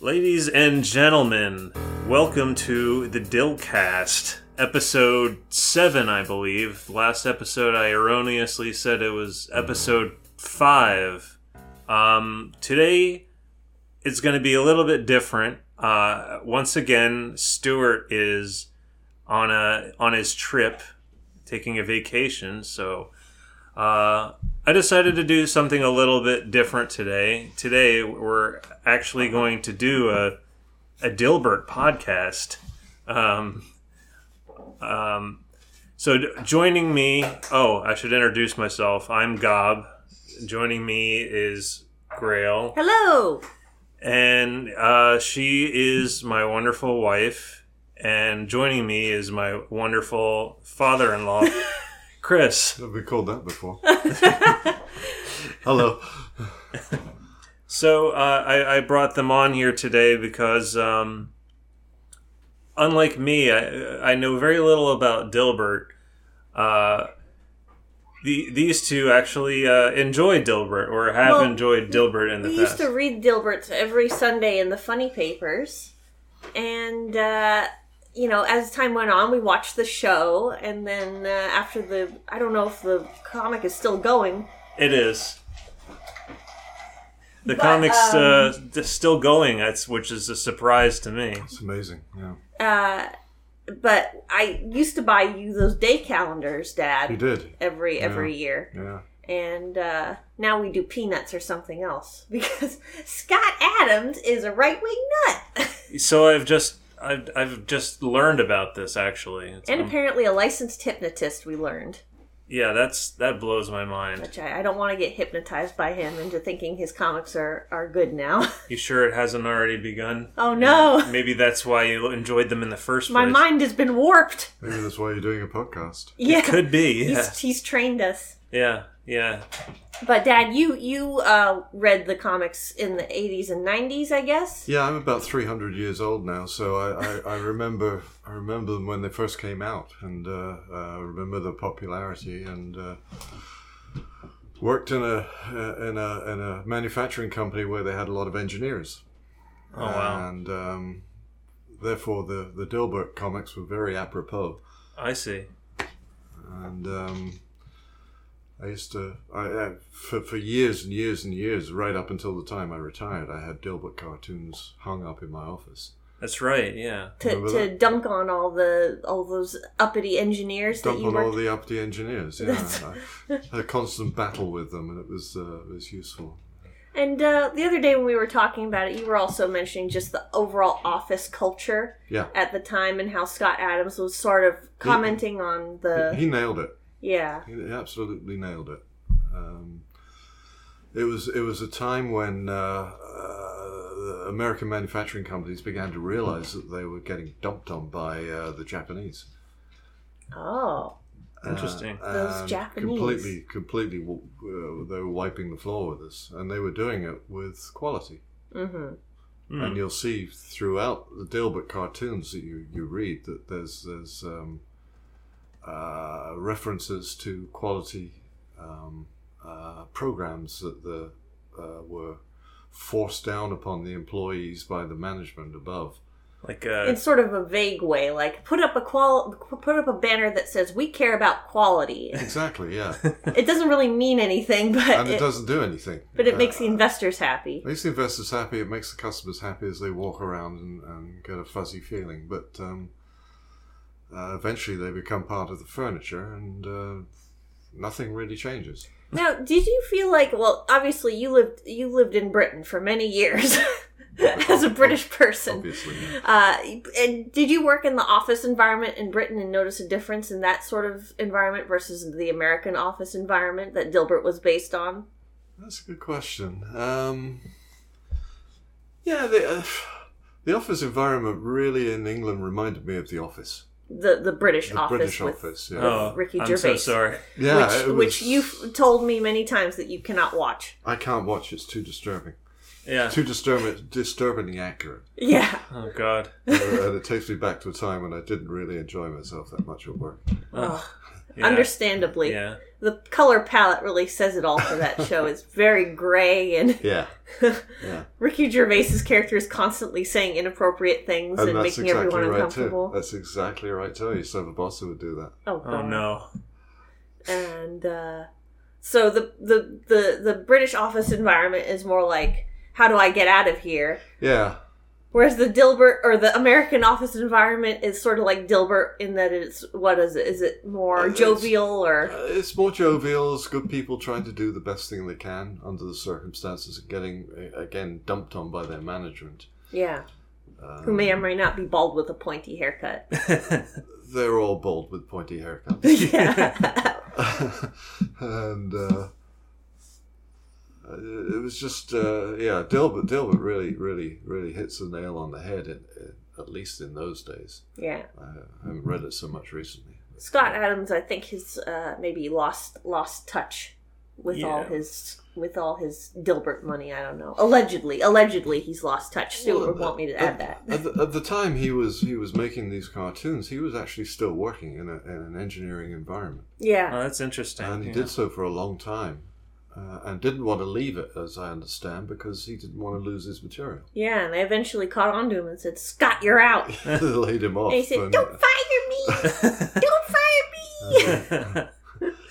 Ladies and gentlemen, welcome to the Dillcast, episode 7, I believe. Last episode, I erroneously said it was episode 5. Um, today, it's going to be a little bit different. Uh, once again, Stuart is on a on his trip, taking a vacation. So uh, I decided to do something a little bit different today. Today we're actually going to do a a Dilbert podcast. Um, um, so d- joining me, oh, I should introduce myself. I'm Gob. Joining me is Grail. Hello. and uh, she is my wonderful wife. And joining me is my wonderful father-in-law, Chris. We called that before. Hello. So uh, I, I brought them on here today because, um, unlike me, I, I know very little about Dilbert. Uh, the, these two actually uh, enjoy Dilbert or have Well, enjoyed Dilbert in the We past. used to read Dilberts every Sunday in the funny papers. And, uh, you know, as time went on, we watched the show. And then uh, after the, I don't know if the comic is still going. It is. The comic's uh, um, d- still going, that's, which is a surprise to me. It's amazing. Yeah. Uh, but I used to buy you those day calendars, You Dad, did. every every year. Yeah. And uh, now we do peanuts or something else because Scott Adams is a right wing nut. So I've just I've, I've just learned about this actually. It's- and Oh. um, apparently a licensed hypnotist, we learned. yeah, that's that blows my mind. Which I, I don't want to get hypnotized by him into thinking his comics are, are good now. You sure it hasn't already begun? oh no, Maybe that's why you enjoyed them in the first my place. mind has been warped. Maybe that's why you're doing a podcast. Yeah, could be. Yeah, he's, he's trained us. yeah, yeah. But Dad, you you uh, read the comics in the eighties and nineties, I guess. Yeah, I'm about 300 years old now, so I, I, I remember I remember them when they first came out, and uh, uh, I remember the popularity and. Uh, Worked in a uh, in a in a manufacturing company where they had a lot of engineers, Oh wow, and um, therefore the the Dilbert comics were very apropos. I see. and um, I used to I, I for for years and years and years, right up until the time I retired, I had Dilbert cartoons hung up in my office. That's right. Yeah, To, Remember to that? dunk on all the all those uppity engineers that Dump you on all worked. the up the engineers. Yeah, I had a constant battle with them, and it was uh, it was useful. And uh, the other day when we were talking about it, you were also mentioning just the overall office culture Yeah, at the time and how Scott Adams was sort of commenting on the he nailed it. yeah. He absolutely nailed it. Um, it was it was a time when uh, uh, the American manufacturing companies began to realize that they were getting dumped on by uh, the Japanese. Oh. Interesting. Uh, Those and Japanese. Completely, completely, w- uh, they were wiping the floor with us, and they were doing it with quality. Mm-hmm. Mm. And you'll see throughout the Dilbert cartoons that you, you read that there's there's um, uh, references to quality um, uh, programs that the uh, were forced down upon the employees by the management above. like uh, in sort of a vague way, like put up a qual put up a banner that says we care about quality. Exactly, yeah, it doesn't really mean anything, but and it it, doesn't do anything. but it Uh, makes the investors happy. It makes the investors happy. It makes the customers happy as they walk around and, and get a fuzzy feeling. But um, uh, eventually, they become part of the furniture, and uh, nothing really changes. Now, did you feel like well, obviously you lived you lived in Britain for many years as a British person. Obviously, Uh, and did you work in the office environment in Britain and notice a difference in that sort of environment versus the American office environment that Dilbert was based on? that's a good question. Um, yeah, the, uh, the office environment really in England reminded me of the office, The the British the office British with office. Yeah, oh, Ricky I'm so Gervais. sorry. yeah which, it which was- you've told me many times that you cannot watch. I can't watch. It's too disturbing. Yeah. Too disturbing. Disturbingly accurate. Yeah. Oh God. and it takes me back to a time when I didn't really enjoy myself that much at work. Oh, Yeah. understandably. Yeah. The color palette really says it all for that show. It's very gray, and Yeah. Yeah. Ricky Gervais's character is constantly saying inappropriate things and, And that's making exactly everyone right too. uncomfortable. That's exactly right too. I used to have a boss who would do that. Oh, Oh God. no. and uh, so the, the the the British office environment is more like how do I get out of here, Yeah. whereas the Dilbert or the American office environment is sort of like Dilbert in that it's what is it? Is it more It's- jovial or Uh, It's more jovial. It's good people trying to do the best thing they can under the circumstances and getting, uh, again, dumped on by their management. yeah? Um, Who may or may not be bald with a pointy haircut. They're all bald with pointy haircuts. yeah. and uh, uh, it was just uh, yeah, Dilbert Dilbert really really really hits the nail on the head in, in, at least in those days. yeah. I haven't read it so much recently. Scott Adams, I think, has uh, maybe lost lost touch with all Yeah. his with all his Dilbert money. I don't know. Allegedly, allegedly, he's lost touch. Stuart Well, would want me to add that. At the, at the time he was he was making these cartoons, he was actually still working in, a, in an engineering environment, Yeah, Oh, that's interesting. and he yeah. did so for a long time, uh, and didn't want to leave it, as I understand, because he didn't want to lose his material. yeah. And I eventually caught on to him and said, "Scott, you're out." they laid him off. And he said, and- "Don't fire me! Don't fire me!" uh,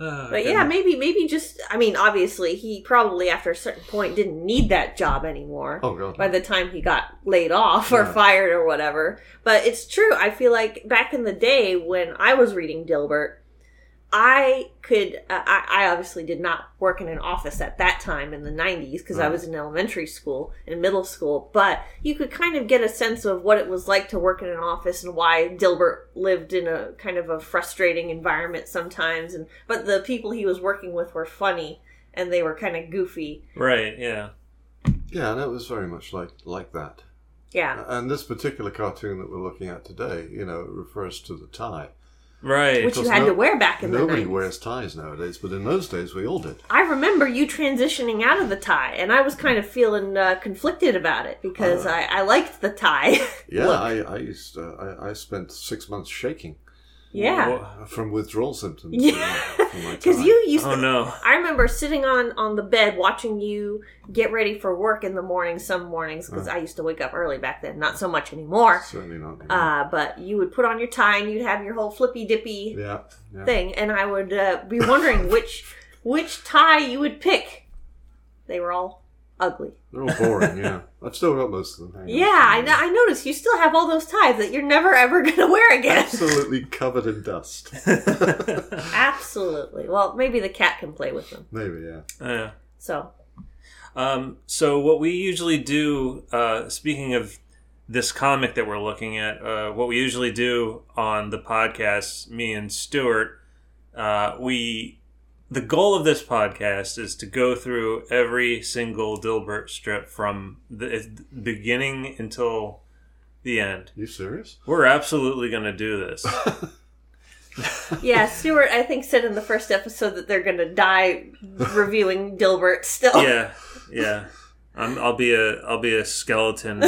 Oh, But yeah, maybe maybe just I mean, obviously, he probably after a certain point didn't need that job anymore. oh god, by the time he got laid off or Yeah. fired or whatever. But it's true. I feel like back in the day when I was reading Dilbert, I could. Uh, I, I obviously did not work in an office at that time in the 90s because I Mhm. was in elementary school and middle school, but you could kind of get a sense of what it was like to work in an office and why Dilbert lived in a kind of a frustrating environment sometimes. And But the people he was working with were funny and they were kind of goofy. Right. Yeah. Yeah, and it was very much like like that. Yeah. And this particular cartoon that we're looking at today, you know, refers to the tie. Right. Which you because had no- to wear back in the 90s. Nobody wears ties nowadays, but in those days we all did. I remember you transitioning out of the tie, and I was kind of feeling uh, conflicted about it because I, I liked the tie. Yeah, I, I used to, I, I spent six months shaking uh, yeah, Wha- from withdrawal symptoms. Yeah. uh, from my because tie. you used. Oh to, no. I remember sitting on on the bed watching you get ready for work in the morning. Some mornings because I used to wake up early back then, not so much anymore. certainly not. Uh, but you would put on your tie and you'd have your whole flippy dippy yeah, yeah. thing, and I would uh, be wondering which which tie you would pick. They were all ugly. they're all boring. Yeah, I've still got most of them. hanging Yeah, on. I, no- I noticed you still have all those ties that you're never ever going to wear again. absolutely covered in dust. Absolutely. Well, maybe the cat can play with them. Maybe yeah. Yeah. So, Um, so what we usually do, uh, speaking of this comic that we're looking at, uh, what we usually do on the podcast, me and Stuart, uh, we the goal of this podcast is to go through every single Dilbert strip from the the beginning until the end. You serious? We're absolutely going to do this. yeah, Stuart, I think, said in the first episode that they're going to die reviewing Dilbert still. yeah, yeah. I'm, I'll be a I'll be a skeleton,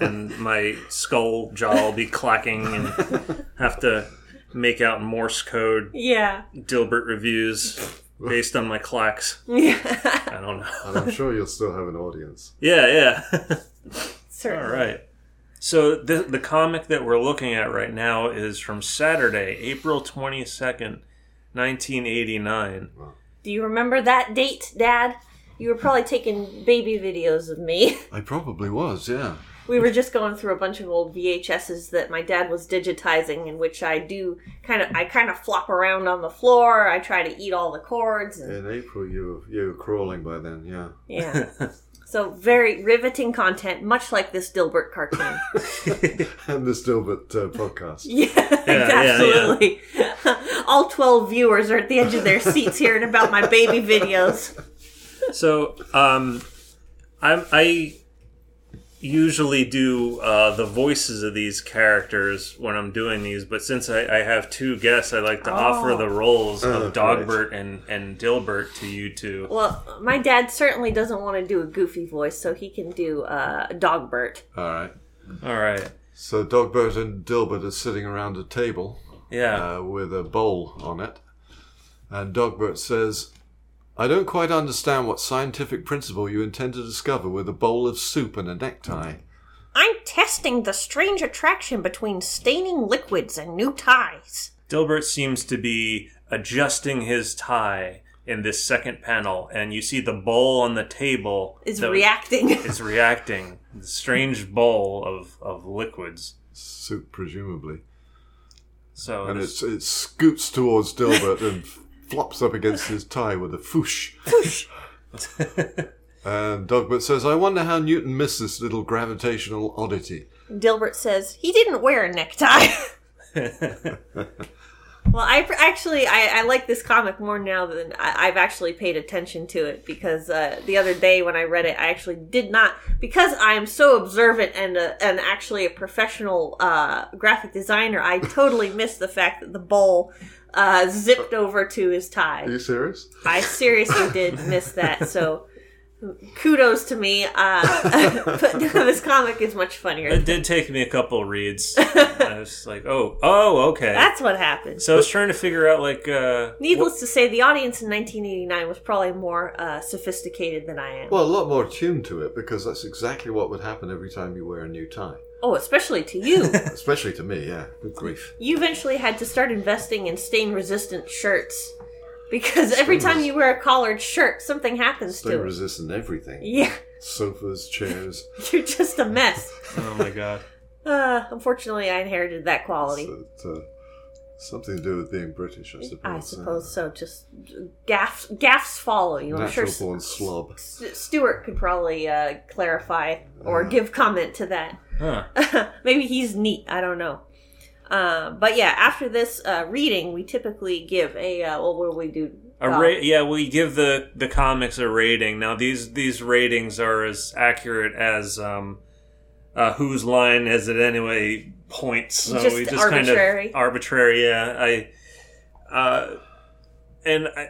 and my skull jaw will be clacking, and have to make out Morse code Yeah. Dilbert reviews based on my clacks. Yeah. I don't know. And I'm sure you'll still have an audience. Yeah, yeah. All Certainly. right. So the the comic that we're looking at right now is from Saturday, April twenty second, nineteen eighty nine. Do you remember that date, Dad? You were probably taking baby videos of me. I probably was. Yeah. We were just going through a bunch of old VHSs that my dad was digitizing, in which I do kind of I kind of flop around on the floor. I try to eat all the cords, and In April, you were, you were crawling by then, yeah. yeah. So very riveting content, much like this Dilbert cartoon. And the Dilbert uh, podcast. yeah, yeah, yeah. absolutely. all twelve viewers are at the edge of their seats hearing about my baby videos. So, um, I'm, I usually do uh, the voices of these characters when I'm doing these, but since I, I have two guests, I like to offer the roles Oh, of great. Dogbert and, and Dilbert to you two. Well, my dad certainly doesn't want to do a goofy voice, so he can do uh, Dogbert. All right. All right. So Dogbert and Dilbert are sitting around a table. Yeah. uh, with a bowl on it. And Dogbert says, I don't quite understand what scientific principle you intend to discover with a bowl of soup and a necktie. I'm testing the strange attraction between staining liquids and new ties. Dilbert seems to be adjusting his tie in this second panel, and you see the bowl on the table Is that- reacting. is reacting. The strange bowl of, of liquids. Soup, presumably. So And this- it's, it scoots towards Dilbert and flops up against his tie with a foosh. and Dogbert says, I wonder how Newton missed this little gravitational oddity. Dilbert says he didn't wear a necktie. well, I pr- actually I, I like this comic more now than I, I've actually paid attention to it because uh, the other day when I read it, I actually did not because I am so observant and a, and actually a professional uh, graphic designer. I totally missed the fact that the bowl uh, zipped over to his tie. Are you serious? I seriously did miss that. So kudos to me. Uh, but this comic is much funnier. it did take me a couple reads. I was like, oh, oh, okay. That's what happened. so I was trying to figure out, like, uh, Needless to say, the audience in 1989 was probably more uh, sophisticated than I am. Well, a lot more tuned to it because that's exactly what would happen every time you wear a new tie. oh, especially to you. Especially to me, yeah. Good grief. you eventually had to start investing in stain resistant shirts because every time you wear a collared shirt, something happens Stone to it. resistant everything. Yeah, Sofas, chairs. you're just a mess. oh my god. Uh, unfortunately, I inherited that quality. so it's, uh, something to do with being British, I suppose. I suppose so. Just gaffs, gaffs follow you. I'm sure Natural S- born slob. S- Stuart could probably uh, clarify Uh-huh. or give comment to that. Huh. Maybe he's neat. I don't know. Uh, but yeah, after this uh, reading, we typically give a uh, well, what do we do? A Uh, ra- yeah, we give the the comics a rating. Now these these ratings are as accurate as um, uh, whose line is it anyway points. So Just we just kind arbitrary. of arbitrary. Yeah, I uh, and I,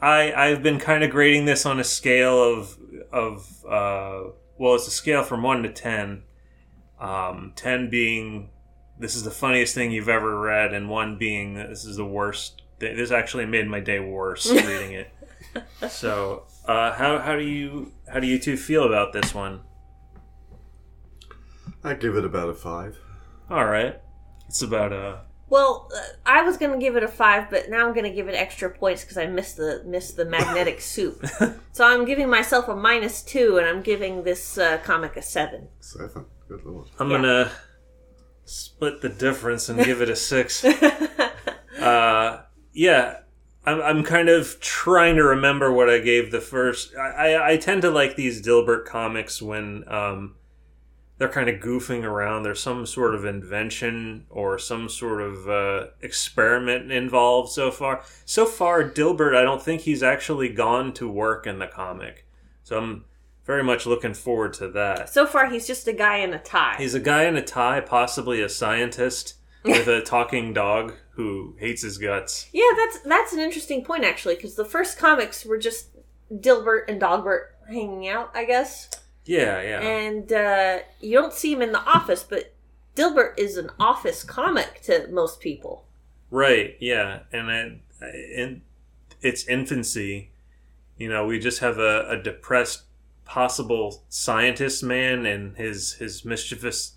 I I've been kind of grading this on a scale of of uh, well, it's a scale from one to ten. Um, ten being this is the funniest thing you've ever read, and one being this is the worst. thi- This actually made my day worse reading it. So, uh, how how do you how do you two feel about this one? I give it about a five. All right, it's about a Well, uh, I was gonna give it a five, but now I'm gonna give it extra points because I missed the missed the magnetic soup. So I'm giving myself a minus two, and I'm giving this uh, comic a seven. Seven. Good lord. I'm Yeah. gonna split the difference and give it a six. uh, yeah, I'm, I'm kind of trying to remember what I gave the first. I, I, I tend to like these Dilbert comics when um, they're kind of goofing around. There's some sort of invention or some sort of uh, experiment involved so far. So far, Dilbert, I don't think he's actually gone to work in the comic. So I'm very much looking forward to that. So far, he's just a guy in a tie. He's a guy in a tie, possibly a scientist, with a talking dog who hates his guts. Yeah, that's that's an interesting point actually, because the first comics were just Dilbert and Dogbert hanging out, I guess, Yeah, yeah. and uh, you don't see him in the office, but Dilbert is an office comic to most people. Right, yeah. And it, in its infancy, you know, we just have a, a depressed possible scientist man and his his mischievous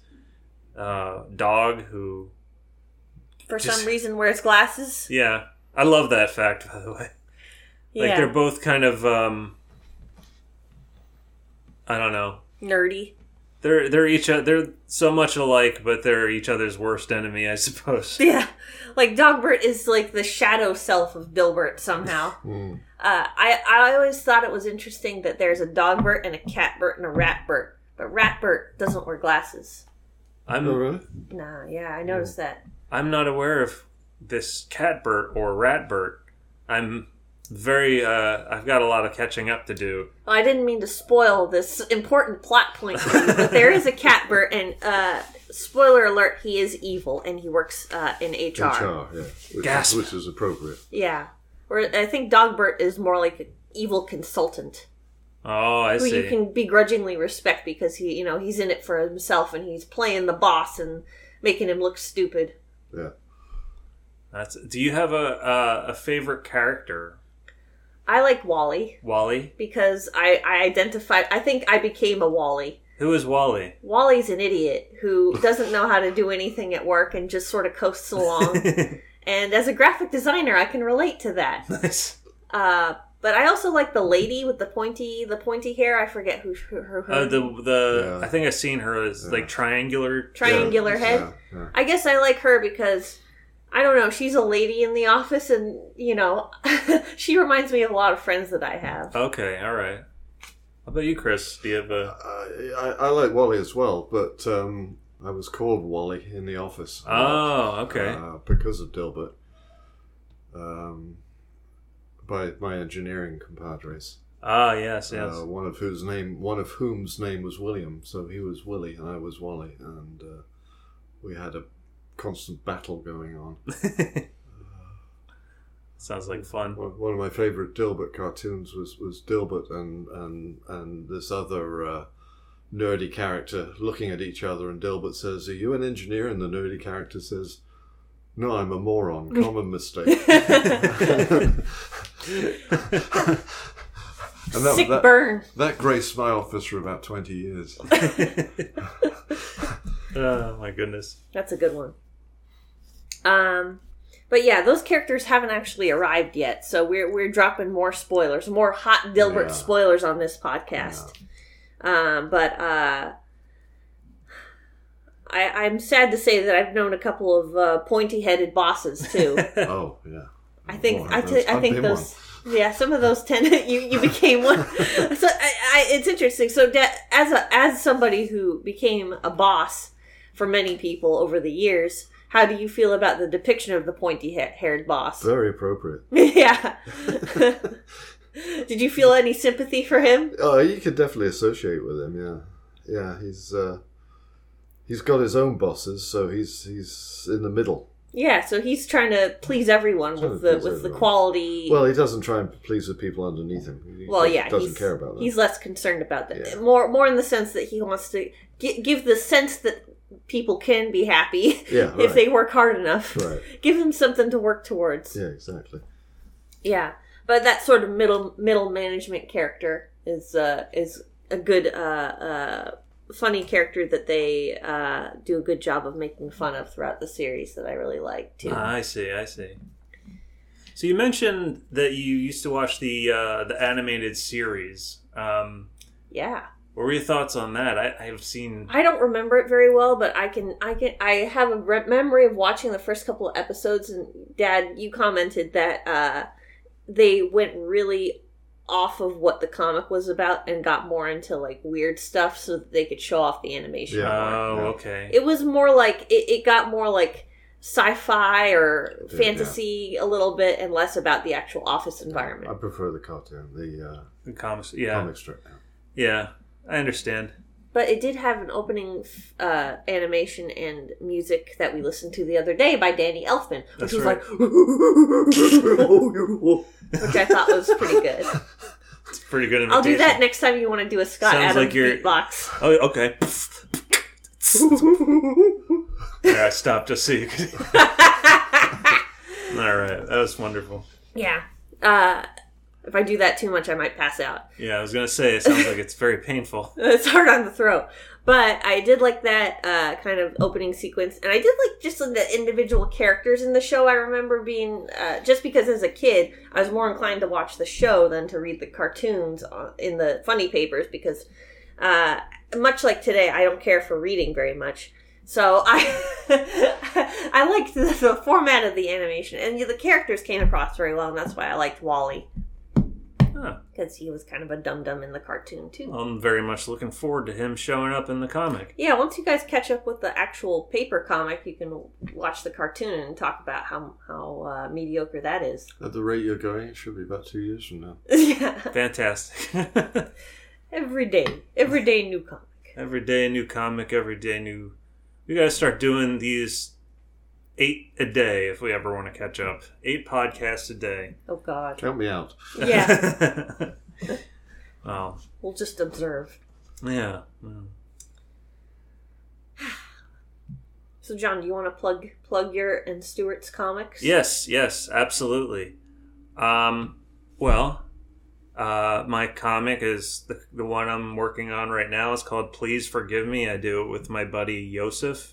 uh, dog who For Just- some reason, wears glasses. yeah. I love that fact by the way. Like yeah, they're both kind of um I don't know. nerdy. They're they're each o- they're so much alike, but they're each other's worst enemy, I suppose. Yeah, like Dogbert is like the shadow self of Dilbert somehow. Hmm. Uh, I I always thought it was interesting that there's a Dogbert and a Catbert and a Ratbert, but Ratbert doesn't wear glasses. I'm Nah, yeah, I noticed that. I'm not aware of this catbert or ratbert. I'm very uh, I've got a lot of catching up to do. Well, I didn't mean to spoil this important plot point, for you, but there is a catbert, and uh, spoiler alert, he is evil, and he works uh, in HR. Char, yeah. Which, Gasp. Is, which is appropriate. Yeah, or I think Dogbert is more like an evil consultant Oh, I who you see. can begrudgingly respect because he, you know, he's in it for himself and he's playing the boss and making him look stupid. Yeah. That's. Do you have a a, a favorite character, I like Wally Wally? because I I identify. I think I became a Wally. Who is Wally? Wally's an idiot who doesn't know how to do anything at work and just sort of coasts along. and as a graphic designer, I can relate to that. nice. Uh, but I also like the lady with the pointy the pointy hair. I forget who who- her, her Uh, the the Yeah. I think I've seen her as Yeah. like triangular. triangular Yeah, head. yeah, yeah. I guess I like her because I don't know. She's a lady in the office, and you know, she reminds me of a lot of friends that I have. Okay, all right. How about you, Chris? Do you have a? Uh, I, I, I like Wally as well, but um, I was called Wally in the office. a lot, Oh, okay. Uh, because of Dilbert. Um, by my engineering compadres. ah, yes, yes. Uh, one of whose name, one of whom's name was William, so he was Willie and I was Wally, and uh, we had a constant battle going on. Sounds like fun. One one of my favorite Dilbert cartoons was, was Dilbert and, and and this other uh, nerdy character looking at each other, and Dilbert says, "Are you an engineer?" And the nerdy character says, "No, I'm a moron. Common mistake." And that, Sick that, burn. that graced my office for about 20 years. Oh my goodness. That's a good one. Um, but yeah, those characters haven't actually arrived yet, so we're we're dropping more spoilers, more hot Dilbert Yeah. spoilers on this podcast. Um, but uh, I, I'm sad to say that I've known a couple of uh, pointy-headed bosses too. Oh, yeah. I think Boy, I, those- thi- I I've think been those. Yeah, some of those ten. you you became one. so I, I, it's interesting. So da- as a as somebody who became a boss for many people over the years, how do you feel about the depiction of the pointy ha- haired boss? Very appropriate. yeah. Did you feel any sympathy for him? Oh, you could definitely associate with him. Yeah, yeah. He's uh, he's got his own bosses, so he's he's in the middle. Yeah. So he's trying to please everyone Trying to with the please with the everyone. quality. Well, he doesn't try and please the people underneath him. He well, doesn't- yeah, doesn't he's, care about that. He's less concerned about that. Yeah. More, more in the sense that he wants to gi- give the sense that people can be happy Yeah, if right. they work hard enough. right. Give them something to work towards. Yeah. Yeah, exactly. but that sort of middle middle management character is uh, is a good uh, uh, funny character that they uh, do a good job of making fun of throughout the series that I really like too. Ah, I see. I see. So you mentioned that you used to watch the uh, the animated series. Um, yeah. what were your thoughts on that? I, I have seen. I don't remember it very well, but I can I can I have a re- memory of watching the first couple of episodes and dad you commented that uh they went really off of what the comic was about and got more into like weird stuff so that they could show off the animation. Yeah. oh, yeah. okay. It was more like it, it got more like sci-fi or Yeah. fantasy a little bit and less about the actual office I environment. prefer the cartoon, the uh, The comics. Yeah, comic strip. now. yeah. I understand. But it did have an opening f- uh, animation and music that we listened to the other day by Danny Elfman, which That's was right. like it's which I thought was pretty good. pretty good. Invitation. I'll do that next time you want to do a Scott Sounds Adams like you're- beatbox. Oh, okay. yeah, I stopped just so you could. All right, that was wonderful. yeah. Uh, if I do that too much, I might pass out. Yeah, I was gonna say it sounds like it's very painful. It's hard on the throat. But I did like that uh, kind of opening sequence, and I did like just the individual characters in the show. I remember being uh, just because as a kid, I was more inclined to watch the show than to read the cartoons on- in the funny papers because, uh, much like today, I don't care for reading very much. So I I liked the, the format of the animation, and the characters came across very well, and that's why I liked Wally Huh. because he was kind of a dum dum in the cartoon too. I'm very much looking forward to him showing up in the comic. Yeah, once you guys catch up with the actual paper comic, you can watch the cartoon and talk about how how uh, mediocre that is. At the rate you're going, it should be about two years from now. yeah, Fantastic. every day, every day new comic. every day a new comic, every day new. We gotta start doing these eight a day if we ever want to catch up. Eight podcasts a day. Oh God, Count me out. yeah, well, we'll just observe. yeah. mm. So, John, do you want to plug plug your and Stewart's comics? Yes, yes, absolutely. Um, well, uh, my comic is the, the one I'm working on right now. It's called Please Forgive Me. I do it with my buddy Yosef.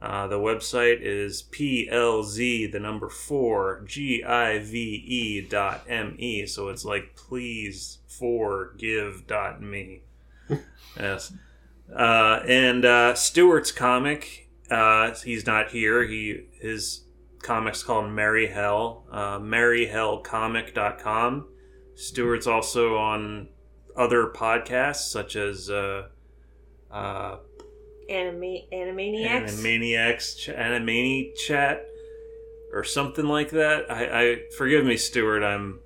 Uh, the website is plz the number four g i v e dot m e. So it's like please forgive dot me. yes, uh, and uh, Stewart's comic. Uh, he's not here. He his comics called Mary Hell. Uh, MaryHellComic.com. Stewart's also on other podcasts such as. Uh, uh, Anima- Animaniacs. Animaniacs, ch- Animani chat, or something like that. I, I forgive me, Stuart. I'm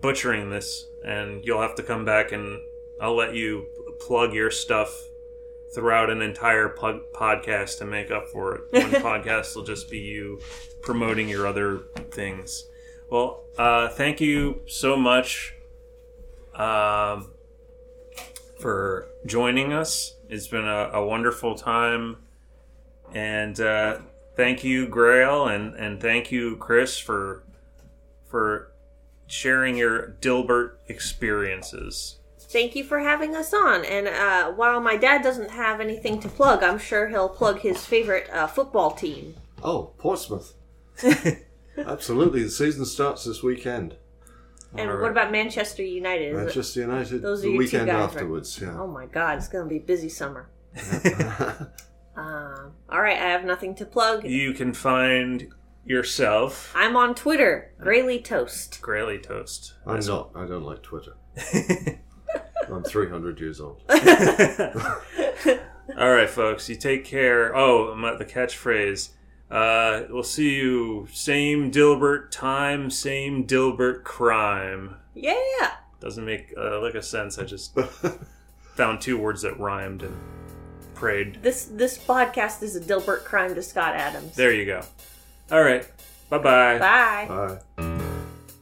butchering this, and you'll have to come back and I'll let you plug your stuff throughout an entire pod- podcast to make up for it. One podcast will just be you promoting your other things. Well, uh, thank you so much. Um, for joining us. It's been a, a wonderful time. And uh, thank you, Grail, and, and thank you, Chris, for for sharing your Dilbert experiences. Thank you for having us on. And uh, while my dad doesn't have anything to plug, I'm sure he'll plug his favorite uh, football team. Oh, Portsmouth. Absolutely. The season starts this weekend. And All right. what about Manchester United? Is it- Manchester United those are the your two weekend guys, right? afterwards. Oh my God, it's going to be a busy summer. Yeah. Um, all right, I have nothing to plug. You can find yourself I'm on Twitter, Grayley Toast. Graily Toast. I'm not. I don't like Twitter. I'm 300 years old. All right, folks. You take care. Oh, I'm at the catchphrase. Uh, we'll see you same Dilbert time, same Dilbert crime. Yeah. Doesn't make a lick of sense. I just found two words that rhymed and prayed. This this podcast is a Dilbert crime to Scott Adams. There you go. All right. Bye-bye. Bye. Bye.